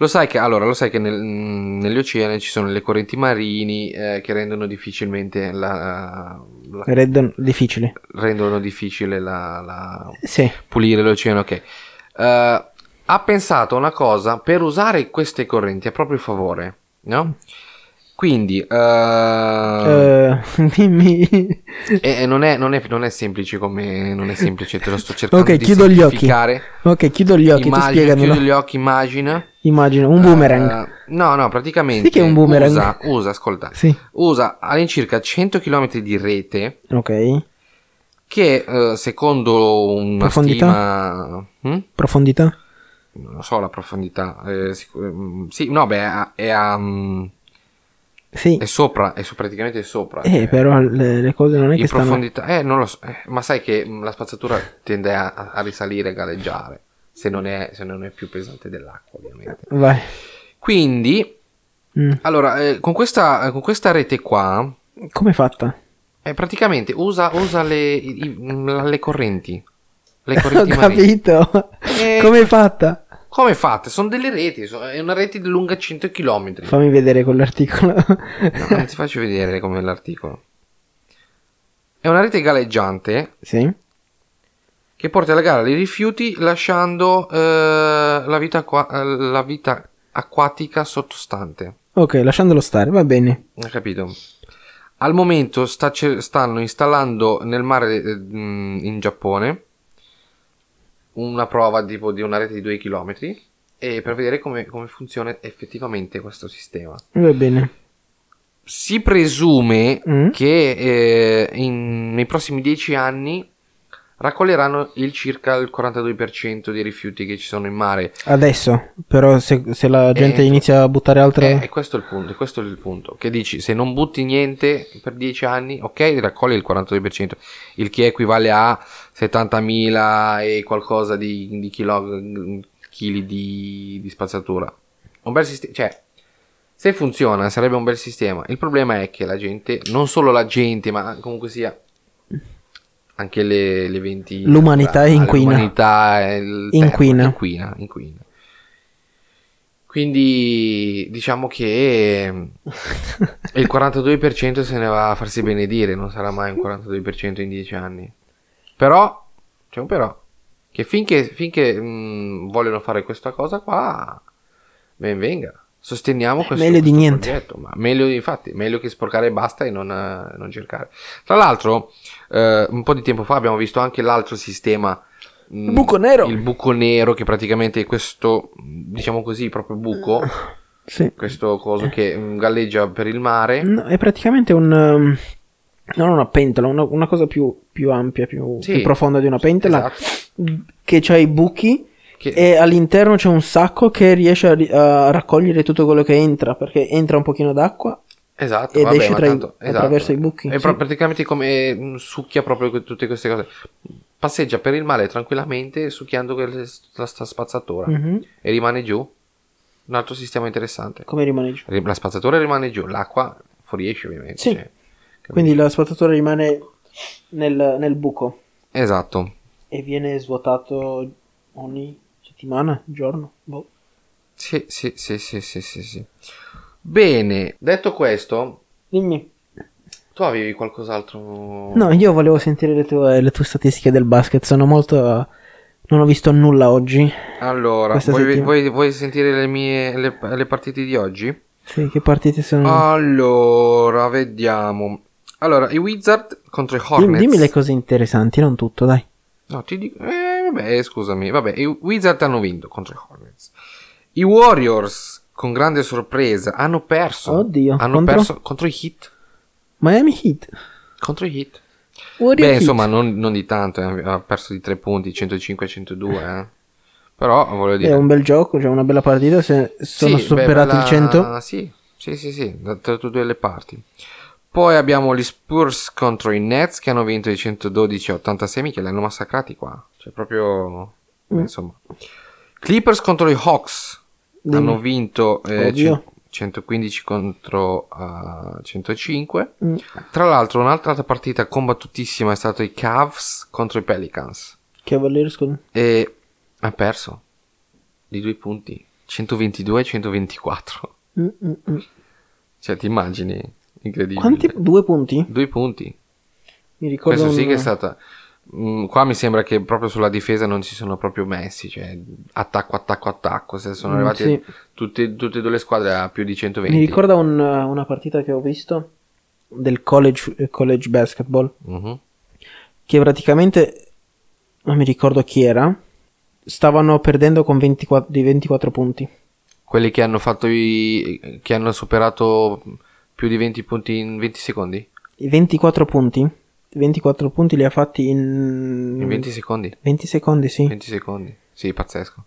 B: Lo sai che, allora, lo sai che nel- mm, negli oceani ci sono le correnti marini eh, che rendono difficilmente la. la-
A: Red, difficile.
B: rendono difficile la- la
A: Sì,
B: pulire l'oceano, ok. Eh, ha pensato a una cosa per usare queste correnti a proprio favore, no? Quindi, eh,
A: eh, dimmi.
B: e- e non, è, non, è, non è semplice come... Non è semplice, te lo sto cercando
A: ok,
B: di
A: chiudo gli occhi.
B: semplificare.
A: Ok, chiudo gli occhi, tu
B: Immagina-
A: spiegamelo.
B: Chiudo gli occhi, immagina.
A: Immagino, un boomerang.
B: Eh, no, no, praticamente...
A: Sì che è un boomerang.
B: Usa, usa, ascolta.
A: Sì,
B: Usa all'incirca 100 km di rete
A: ok.
B: che, eh, secondo una
A: Profondità?
B: stima... Hm?
A: Profondità?
B: non lo so la profondità. eh, sic- mm, sì, no, beh, è, a- è a, mm,
A: Sì.
B: è sopra, è so- praticamente è sopra.
A: Eh, però le, le cose non è
B: in
A: che stanno...
B: profondità, eh, non lo so, eh, ma sai che mm, la spazzatura tende a, a risalire, a galleggiare, se non, è, se non è più pesante dell'acqua, ovviamente.
A: Vai.
B: Quindi,
A: Mm.
B: allora, eh, con, questa, eh, con questa rete qua,
A: Come è fatta?
B: eh, praticamente usa, usa le, i- i- mm, le correnti. Le
A: Ho
B: correnti marine.
A: capito.
B: Eh.
A: Come è fatta?
B: Come fate? Sono delle reti, so- è una rete lunga 100 km.
A: Fammi vedere quell'articolo.
B: No, non ti faccio vedere come l'articolo. È una rete galleggiante
A: Sì.
B: che porta alla gara dei rifiuti lasciando eh, la, vita acqua- la vita acquatica sottostante.
A: Ok, lasciandolo stare, va bene.
B: Ho capito. Al momento sta ce- stanno installando nel mare eh, mh, in Giappone una prova tipo di una rete di 2 km e per vedere come, come funziona effettivamente questo sistema.
A: Va bene.
B: Si presume
A: Mm?
B: che eh, in- nei prossimi 10 anni raccoglieranno il circa il 42% dei rifiuti che ci sono in mare.
A: Adesso, però, se, se la gente
B: Eh,
A: inizia a buttare altre...
B: Eh, E questo è il punto, e questo è il punto. Che dici, se non butti niente per 10 anni, ok, raccogli il 42%, il che equivale a 70.000 e qualcosa di, di chilo- chili di, di spazzatura. Un bel sistema, cioè, se funziona sarebbe un bel sistema. Il problema è che la gente, non solo la gente, ma comunque sia... Anche le, gli eventi
A: L'umanità
B: naturali,
A: inquina.
B: L'umanità e il terra,
A: Inquina.
B: inquina, inquina. Quindi diciamo che eh, il 42% se ne va a farsi benedire, non sarà mai un 42% in 10 anni. Però, c'è un però, che finché, finché mh, vogliono fare questa cosa qua, ben venga. Sosteniamo questo,
A: meglio di
B: questo
A: niente.
B: progetto, ma meglio infatti, meglio che sporcare e basta e non, eh, non cercare. Tra l'altro, eh, un po' di tempo fa abbiamo visto anche l'altro sistema mm,
A: Il buco nero.
B: il buco nero che praticamente è questo, diciamo così, proprio buco,
A: Mm. Sì.
B: questo coso che mm, galleggia per il mare.
A: No, è praticamente un... um, non una pentola, una, una cosa più, più ampia, più,
B: Sì.
A: più profonda di una pentola,
B: Esatto.
A: che c'ha i buchi
B: Che-
A: e all'interno c'è un sacco che riesce a, ri- a raccogliere tutto quello che entra, perché entra un pochino d'acqua.
B: Esatto,
A: ed
B: vabbè,
A: esce
B: ma
A: tra i-
B: tanto- esatto.
A: attraverso i buchi,
B: È
A: sì.
B: pro- praticamente come mm, succhia proprio que- tutte queste cose. Passeggia per il mare tranquillamente succhiando quel- la sta spazzatura
A: Mhm.
B: e rimane giù. Un altro sistema interessante.
A: Come rimane giù?
B: La spazzatura rimane giù, l'acqua fuoriesce ovviamente.
A: Sì.
B: cioè, capisci?
A: Quindi la spazzatura rimane nel, nel buco
B: Esatto.
A: e viene svuotato ogni settimana, giorno. Boh.
B: Sì, sì, sì, sì, sì, sì, sì. Bene, detto questo,
A: Dimmi.
B: tu avevi qualcos'altro?
A: No, io volevo sentire le tue, le tue statistiche del basket, sono molto... Non ho visto nulla oggi.
B: Allora,
A: Questa
B: vuoi,
A: settimana.
B: vuoi- vuoi sentire le mie le, le partite di oggi?
A: Sì, che partite sono...
B: Allora, vediamo. Allora, i Wizard contro i
A: Dim-
B: Ah, Hornets.
A: dimmi le cose interessanti, non tutto, dai.
B: No, ti dico... Eh, vabbè, scusami. Vabbè, i Wizard hanno vinto contro i Hornets. I Warriors, con grande sorpresa, hanno perso.
A: Oddio,
B: Hanno
A: contro?
B: perso contro i Heat.
A: Miami Heat.
B: Contro i Heat.
A: Warrior
B: Beh,
A: Heat.
B: insomma, non, non di tanto, eh, ha perso di 3 punti, 105-102, eh. Però, voglio dire...
A: È un bel gioco, cioè una bella partita. Se sono
B: Sì,
A: superati
B: beh,
A: il 100.
B: bella- Sì, sì, sì, sì, da da tutte le parti. Poi abbiamo gli Spurs contro i Nets che hanno vinto i 112-86, mica li hanno massacrati qua. Cioè proprio...
A: Mm.
B: Insomma. Clippers contro i Hawks
A: Dimmi.
B: hanno vinto eh,
A: Oddio.
B: 115 contro eh, 105.
A: Mm.
B: Tra l'altro un'altra partita combattutissima è stato i Cavs contro i Pelicans.
A: Cavalieri, scusa.
B: E ha perso di due punti, 122-124.
A: Mm, mm, mm.
B: Cioè, ti immagini? Incredibile.
A: Quanti? Due punti?
B: Due punti.
A: Mi ricordo.
B: Questo sì
A: un-
B: che è stata... Mm, qua mi sembra che proprio sulla difesa non si sono proprio messi, cioè attacco, attacco, attacco. Se sono
A: Mm,
B: arrivati
A: sì.
B: tutte, tutte e due le squadre a più di 120.
A: Mi ricorda un- una partita che ho visto del college, college basketball.
B: Mhm.
A: Che praticamente. Non mi ricordo chi era. Stavano perdendo con 24, di 24 punti.
B: Quelli che hanno fatto i... che hanno superato più di 20 punti in 20 secondi?
A: I 24 punti? 24 punti li ha fatti in.
B: In 20 secondi?
A: 20 secondi, sì.
B: 20 secondi. Sì, pazzesco.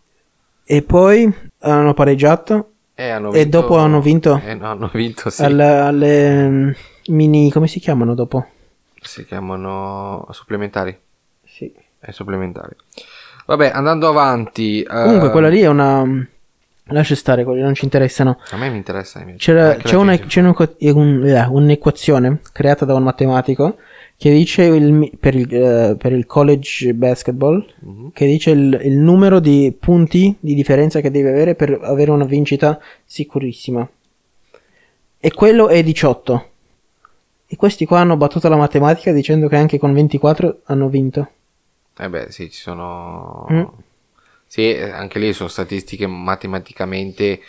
A: E poi hanno pareggiato
B: E, Eh, hanno
A: E dopo hanno vinto?
B: Eh, no, hanno vinto, sì.
A: al- alle mm, mini. come si chiamano dopo?
B: Si chiamano supplementari.
A: Sì.
B: È supplementare. Vabbè, andando avanti. eh,
A: Comunque, quella lì è una. Lascia stare, quelli non ci interessano.
B: eh, A me mi interessa. invece.
A: C'era,
B: Anche
A: c'è
B: la
A: una-
B: fisica.
A: c'è un'equa- un- eh, un'equazione creata da un matematico che dice il mi- per, il, eh, per il college basketball
B: Mhm.
A: che dice il, il numero di punti di differenza che devi avere per avere una vincita sicurissima. E quello è 18. E questi qua hanno battuto la matematica dicendo che anche con 24 hanno vinto.
B: Eh beh, sì, ci sono...
A: Mm.
B: Sì, eh, anche lì sono statistiche matematicamente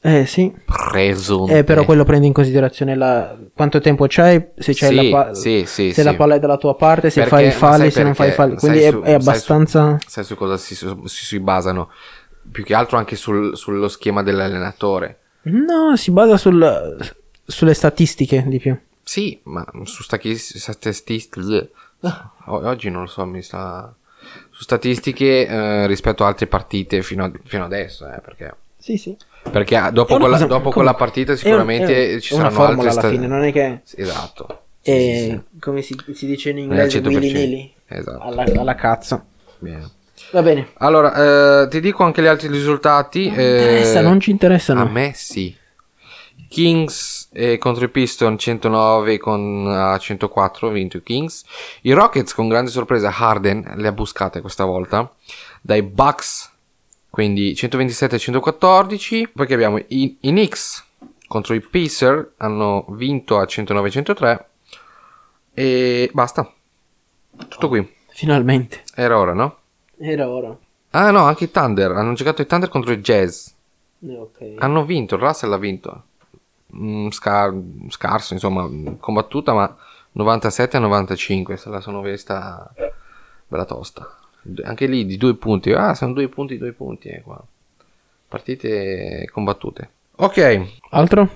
A: Eh sì.
B: presunte.
A: Eh, però quello prende in considerazione la... quanto tempo c'hai, se c'hai
B: Sì,
A: la pa-
B: sì, sì,
A: se la
B: sì.
A: palla è dalla tua parte, se
B: Perché-
A: fai i
B: ma sai
A: falli, se non fai i
B: perché?
A: falli. Quindi
B: Sai
A: è,
B: su-
A: è
B: sai su-
A: abbastanza...
B: Sai su cosa si, si- si basano? Più che altro anche sul- sullo schema dell'allenatore.
A: No, si basa sul- sulle statistiche di più.
B: Sì, ma su statistiche... eh, Oggi non lo so, mi sta... Su statistiche eh, rispetto a altre partite fino, a- fino adesso, eh, perché...
A: Sì, sì.
B: Perché ah, dopo,
A: È una
B: quella,
A: cosa-
B: dopo
A: come-
B: quella partita
A: è un-
B: sicuramente
A: è un-
B: ci
A: è una
B: saranno altre
A: formula alla fine, non è Eh, che-
B: Sì, Esatto. Sì, sì, sì.
A: E come si, si dice in inglese,
B: Non è al
A: willy
B: 100%.
A: nilly.
B: Esatto.
A: Alla, alla cazzo.
B: Bene.
A: Va bene.
B: Allora, eh, ti dico anche gli altri risultati. eh,
A: interessa, non ci interessano.
B: A me sì. Kings eh, contro i Piston 109 con a 104 vinto i Kings. I Rockets con grande sorpresa Harden le ha buscate questa volta dai Bucks quindi 127 114. Poi che abbiamo i, i Knicks contro i Pacer hanno vinto a 109 103 e basta. Tutto qui.
A: Finalmente.
B: Era ora, no?
A: Era ora.
B: Ah no, anche i Thunder. Hanno giocato i Thunder contro i Jazz.
A: Eh, Ok.
B: Hanno vinto, il Russell ha vinto. Mm, scar- scarso, insomma, mm, combattuta, ma 97 a 95. Se la sono vista bella tosta. D- Anche lì di due punti. Ah, sono due punti, due punti. eh, qua. Partite combattute. Ok,
A: Altro?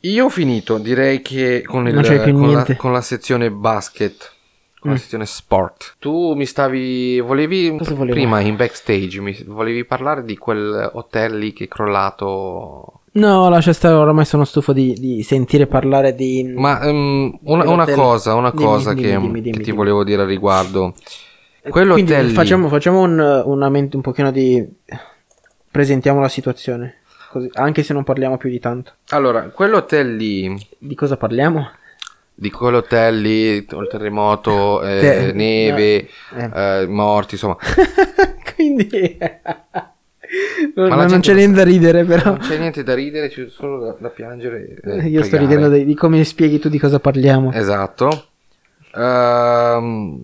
B: io ho finito. Direi che con, il-
A: Non c'è più
B: con, la,
A: niente.
B: con la sezione basket. Con la
A: Mm.
B: sezione sport. Tu mi stavi. Volevi.
A: Cosa volevo?
B: Prima in backstage mi volevi parlare di quel hotel lì che è crollato.
A: No, lascia stare, oramai sono stufo di, di sentire parlare di...
B: Ma ehm, una,
A: Quell'hotel-
B: una cosa, una
A: dimmi,
B: cosa
A: dimmi,
B: che,
A: dimmi,
B: che
A: dimmi,
B: ti
A: dimmi.
B: volevo dire a riguardo.
A: Eh,
B: Quell'hotel
A: Quindi
B: lì-
A: facciamo, facciamo un, una mente un pochino di... Presentiamo la situazione. Così, anche se non parliamo più di tanto.
B: Allora, quell'hotel lì,
A: Di cosa parliamo?
B: di quell'hotel lì, il terremoto, eh,
A: Te-
B: neve,
A: no,
B: eh, morti, insomma.
A: Quindi... non,
B: la
A: non
B: gente
A: c'è
B: lo
A: niente da ridere però.
B: Non c'è niente da ridere, c'è solo da, da piangere. eh,
A: Io sto
B: pregare.
A: ridendo di, di come spieghi tu di cosa parliamo.
B: Esatto. Ehm,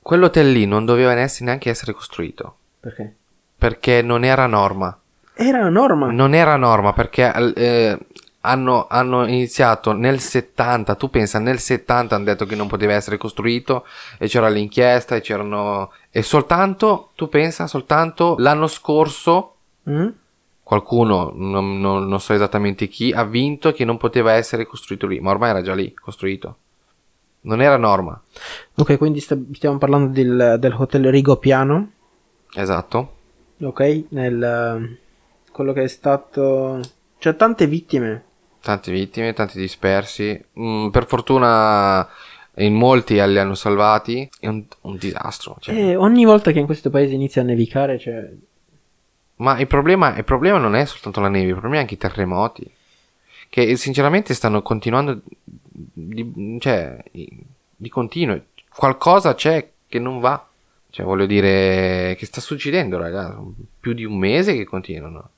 B: quell'hotel lì non doveva neanche neanche essere costruito,
A: Perché?
B: perché non era norma.
A: Era una norma.
B: Non era norma perché eh, hanno, hanno iniziato nel 70, tu pensa nel 70 hanno detto che non poteva essere costruito e c'era l'inchiesta e c'erano... E soltanto, tu pensa, soltanto l'anno scorso
A: Mm?
B: qualcuno, non, non- non so esattamente chi, ha vinto che non poteva essere costruito lì, ma ormai era già lì, costruito. Non era norma,
A: Ok, quindi sta- stiamo parlando del, del hotel Rigopiano.
B: esatto.
A: Ok, nel eh, quello che è stato. C'è tante vittime.
B: Tante vittime, tanti dispersi. Mm, per fortuna in molti li hanno salvati. È un, un disastro. cioè.
A: E Eh, ogni volta che in questo paese inizia a nevicare, cioè.
B: Ma il problema, il problema non è soltanto la neve, il problema è anche i terremoti. Che sinceramente stanno continuando di, cioè, di continuo. Qualcosa c'è che non va. Cioè, voglio dire, che sta succedendo, raga. Sono Più di un mese che continuano.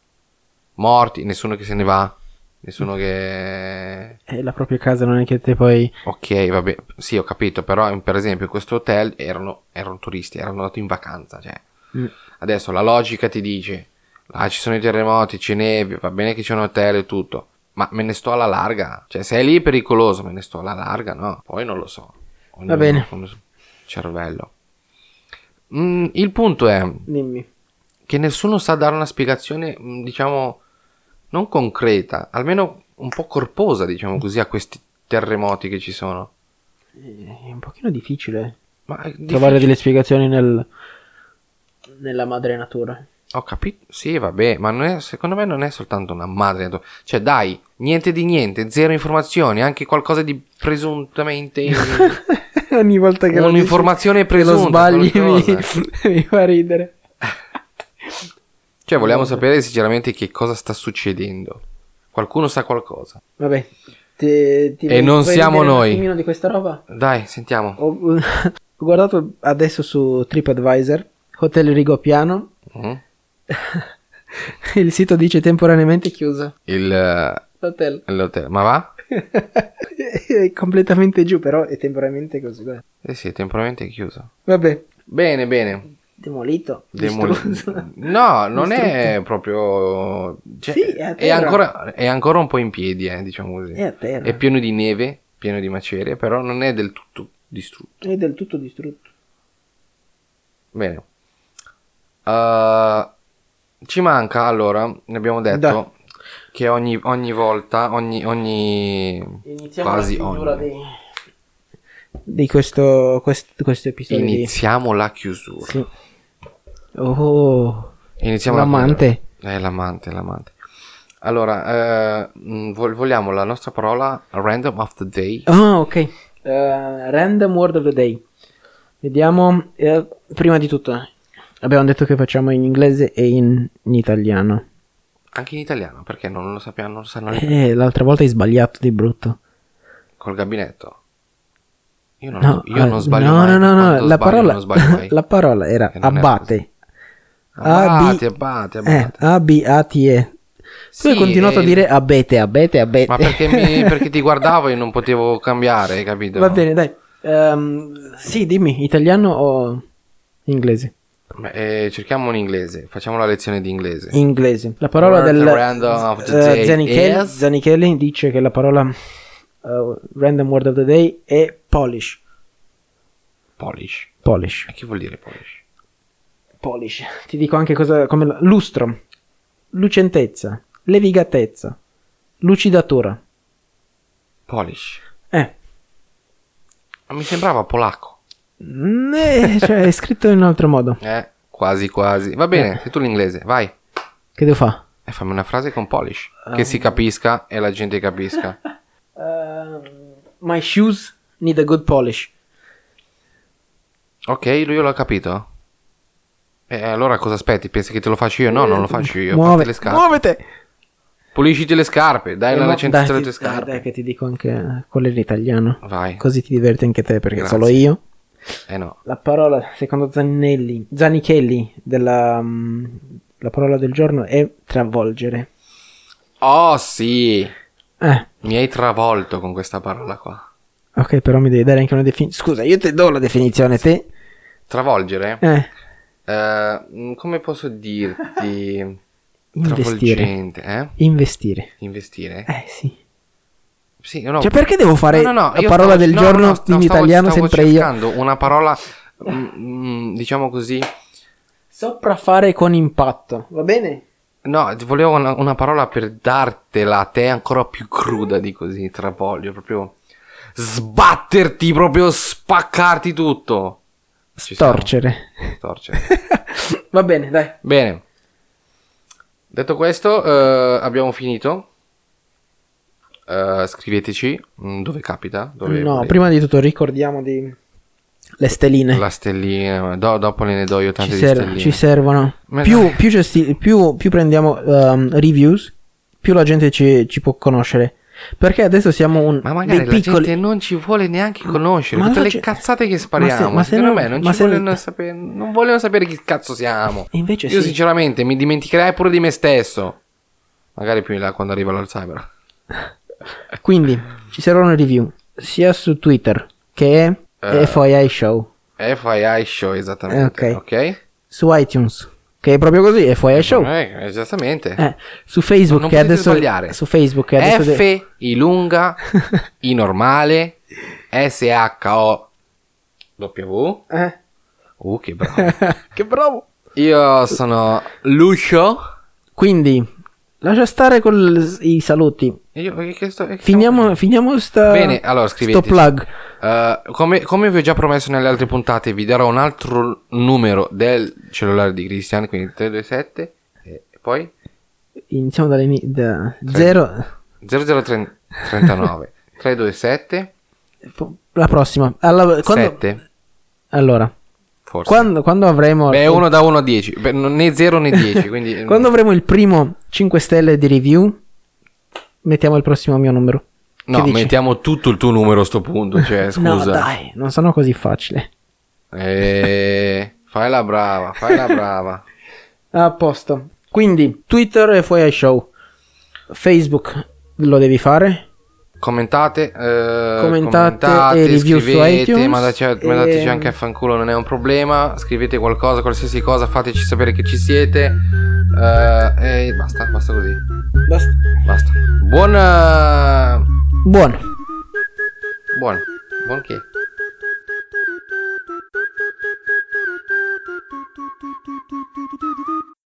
B: Morti, nessuno che se ne va. Nessuno che...
A: eh, la propria casa non è che te poi.
B: Ok, vabbè, sì, ho capito, però per esempio in questo hotel erano, erano turisti, erano andati in vacanza, cioè.
A: Mm.
B: Adesso la logica ti dice, ah, ci sono i terremoti, c'è neve, va bene che c'è un hotel e tutto, ma me ne sto alla larga, cioè se è lì è pericoloso, me ne sto alla larga, no? Poi non lo so. Ognuno
A: bene.
B: con il cervello. Mm, il punto è
A: Dimmi.
B: che nessuno sa dare una spiegazione, mm, diciamo, non concreta, almeno un po' corposa, diciamo così, a questi terremoti che ci sono.
A: Eh, È un pochino difficile
B: Ma è
A: trovare
B: difficile.
A: delle spiegazioni nel. nella madre natura.
B: Ho capito. Sì, vabbè, ma non è- secondo me non è soltanto una madre. natura. Cioè, dai, niente di niente, zero informazioni, anche qualcosa di presuntamente.
A: ogni volta che lo dici-
B: Un'informazione
A: che lo
B: presunta,
A: sbagli mi,
B: qualcosa.
A: mi fa ridere.
B: cioè, vogliamo sapere sinceramente che cosa sta succedendo. Qualcuno sa qualcosa.
A: Vabbè. ti- ti-
B: E non
A: vuoi
B: siamo
A: vedere
B: noi.
A: Un attimino di questa roba?
B: Dai, sentiamo.
A: Ho, ho guardato adesso su TripAdvisor, Hotel Rigopiano,
B: Mm?
A: il sito dice temporaneamente chiuso.
B: Il, eh,
A: L'hotel.
B: l'hotel. Ma va?
A: è completamente giù, però è temporaneamente così. guarda.
B: Eh sì, è temporaneamente chiuso.
A: Vabbè,
B: Bene, bene.
A: demolito.
B: Demol-
A: distrutto.
B: no, non è proprio... cioè,
A: Sì, è a
B: è,
A: terra.
B: ancora, è ancora un po' in piedi, eh, diciamo così.
A: È a terra.
B: È pieno di neve, pieno di macerie, però non è del tutto distrutto.
A: È del tutto distrutto.
B: Bene. Uh, ci manca, allora, ne abbiamo detto
A: Dai.
B: che ogni, ogni volta, ogni... ogni...
A: Iniziamo
B: Quasi la chiusura ogni.
A: Di questo, quest- questo episodio. di-
B: Iniziamo la chiusura.
A: Sì. Oh,
B: Iniziamo la
A: l'amante.
B: chiusura. Eh, l'amante, l'amante. Allora, eh, mh, vol- vogliamo la nostra parola random of the day.
A: Ah, ok. Eh, random word of the day. Vediamo. eh, prima di tutto, abbiamo detto che facciamo in inglese e in, in italiano.
B: Anche in italiano, perché non lo sappiamo, non lo sanno neanche
A: Eh, l'altra volta hai sbagliato di brutto.
B: col gabinetto. Io non,
A: No,
B: io
A: eh,
B: non sbaglio
A: no,
B: mai.
A: no, no, no,
B: Quando
A: la,
B: sbaglio,
A: parola,
B: non sbaglio mai.
A: la parola era
B: Che non era
A: abate.
B: Abate,
A: A, B-
B: abate,
A: Eh,
B: abate.
A: A-B-A-T-E. Tu hai
B: Sì,
A: continuato a
B: eh,
A: dire abete, abete, abete.
B: Ma perché, mi- perché ti guardavo e non potevo cambiare, hai capito?
A: Va bene, dai. Ehm, sì, dimmi, italiano o inglese?
B: Ma, eh, cerchiamo un inglese, facciamo la lezione di inglese.
A: Inglese. La parola
B: Word
A: del
B: random of the
A: eh,
B: day
A: Zanichelli,
B: is-
A: Zanichelli dice che la parola eh, random word of the day è polish.
B: Polish.
A: Polish.
B: E che vuol dire polish?
A: Polish. Ti dico anche cosa come la- lustro, lucentezza, levigatezza, lucidatura.
B: Polish.
A: Eh,
B: Ma Mi sembrava polacco.
A: mm, eh, cioè è scritto in un altro modo.
B: Eh, quasi quasi. Va
A: Eh.
B: bene, sei tu l'inglese, vai.
A: Che devo fare?
B: E fammi una frase con polish. Che
A: Ah.
B: si capisca e la gente capisca.
A: Ehm, my shoes need a good polish.
B: Ok, lui l'ho capito. E allora cosa aspetti? Pensi che te lo faccio io? No, non lo faccio io. Fate le scarpe.
A: muovete.
B: Pulisciti le scarpe, dai la
A: Eh, mo-
B: licenza alle
A: dai,
B: tue
A: ti- dai,
B: scarpe.
A: dai, che ti dico anche quello in italiano.
B: Vai.
A: Così ti diverti anche te, perché
B: Grazie.
A: solo io.
B: Eh no.
A: La parola, secondo Zannelli, Zanichelli, della, mm, la parola del giorno è travolgere.
B: Oh sì,
A: Eh,
B: mi hai travolto con questa parola qua.
A: ok, però mi devi dare anche una definizione. Scusa, io ti do la definizione, te.
B: Travolgere?
A: Eh,
B: Eh, mh, come posso dirti?
A: investire.
B: Travolgente, eh?
A: Investire.
B: Investire?
A: Eh, sì.
B: Sì, no.
A: Cioè, perché devo fare
B: No, no, no,
A: la
B: io
A: parola
B: stavo-
A: del
B: no,
A: giorno
B: no, no,
A: in
B: stavo-
A: italiano
B: stavo
A: sempre io?
B: cercando una parola, mm, mm, diciamo così,
A: Sopraffare con impatto, va bene?
B: No, volevo una, una parola per dartela a te ancora più cruda di così, travolgere, proprio sbatterti, proprio spaccarti tutto. Ci siamo.
A: Storcere.
B: Storcere.
A: va bene, dai.
B: Bene. Detto questo, eh, abbiamo finito. Eh, scriveteci mm, dove capita. Dove
A: no,
B: volete.
A: prima di tutto ricordiamo di... le stelline.
B: La stellina, do- dopo ne do io
A: ci,
B: tante di
A: ser-
B: stelline.
A: ci servono.
B: Ma
A: Più,
B: dai.
A: più gesti- più- più prendiamo ehm, reviews, più la gente ci, ci può conoscere. Perché adesso siamo un,
B: Ma
A: dei
B: magari la
A: piccoli.
B: gente non ci vuole neanche conoscere.
A: Ma
B: tutte
A: la
B: le
A: gente-
B: cazzate che
A: ma
B: spariamo.
A: se- ma se
B: secondo
A: non-
B: me non
A: ma
B: ci
A: se-
B: vogliono sapere. Non vogliono sapere chi cazzo siamo.
A: E Invece
B: Io
A: Cioè, sì.
B: sinceramente mi dimenticherei pure di me stesso. Magari più in là quando arriva l'Alzheimer.
A: Quindi
B: Ehm.
A: ci servono review sia su Twitter che
B: Eh.
A: FYI Show,
B: FII Show, esattamente.
A: Eh,
B: Ok.
A: ok. su iTunes, che è proprio così, FYI Show.
B: Eh, esattamente.
A: Eh, su Facebook
B: Non
A: che
B: potete
A: adesso
B: sbagliare.
A: su Facebook che adesso de-
B: F, I lunga, I normale, SHO, W.
A: Eh.
B: Uh, che bravo.
A: che bravo.
B: Io sono Lucio.
A: Quindi lascia stare con i saluti.
B: E io- e che sto- e che stiamo
A: Finiamo, finiamo sta
B: Bene, allora
A: sto
B: scriveteci.
A: plug.
B: Eh, come, come vi ho già promesso nelle altre puntate, vi darò un altro numero del cellulare di Cristian, quindi 327 e poi
A: Iniziamo dalle da zero.
B: 0039 327
A: F- La prossima. Alla- quando-
B: 7
A: Allora,
B: forse.
A: quando, quando avremo.
B: Beh, uno da 1 a 10, Beh, non- né 0 né 10, quindi eh,
A: Quando avremo il primo 5 stelle di review, mettiamo il prossimo mio numero. Che
B: no,
A: dici?
B: mettiamo tutto il tuo numero a sto punto, cioè,
A: No,
B: scusa.
A: dai, non sono così facile.
B: Eh, fai la brava, fai la brava.
A: A posto. Quindi, Twitter e fuori ai show. Facebook lo devi fare.
B: Commentate, eh,
A: Commentate e review su
B: scrivete,
A: iTunes, ehm.
B: mandateci,
A: e-
B: mandateci anche a fanculo, non è un problema. Scrivete qualcosa, qualsiasi cosa, fateci sapere che ci siete. eh, e basta, basta così.
A: Basta.
B: Basta. Buon. eh,
A: Buono.
B: Buon. Buon che?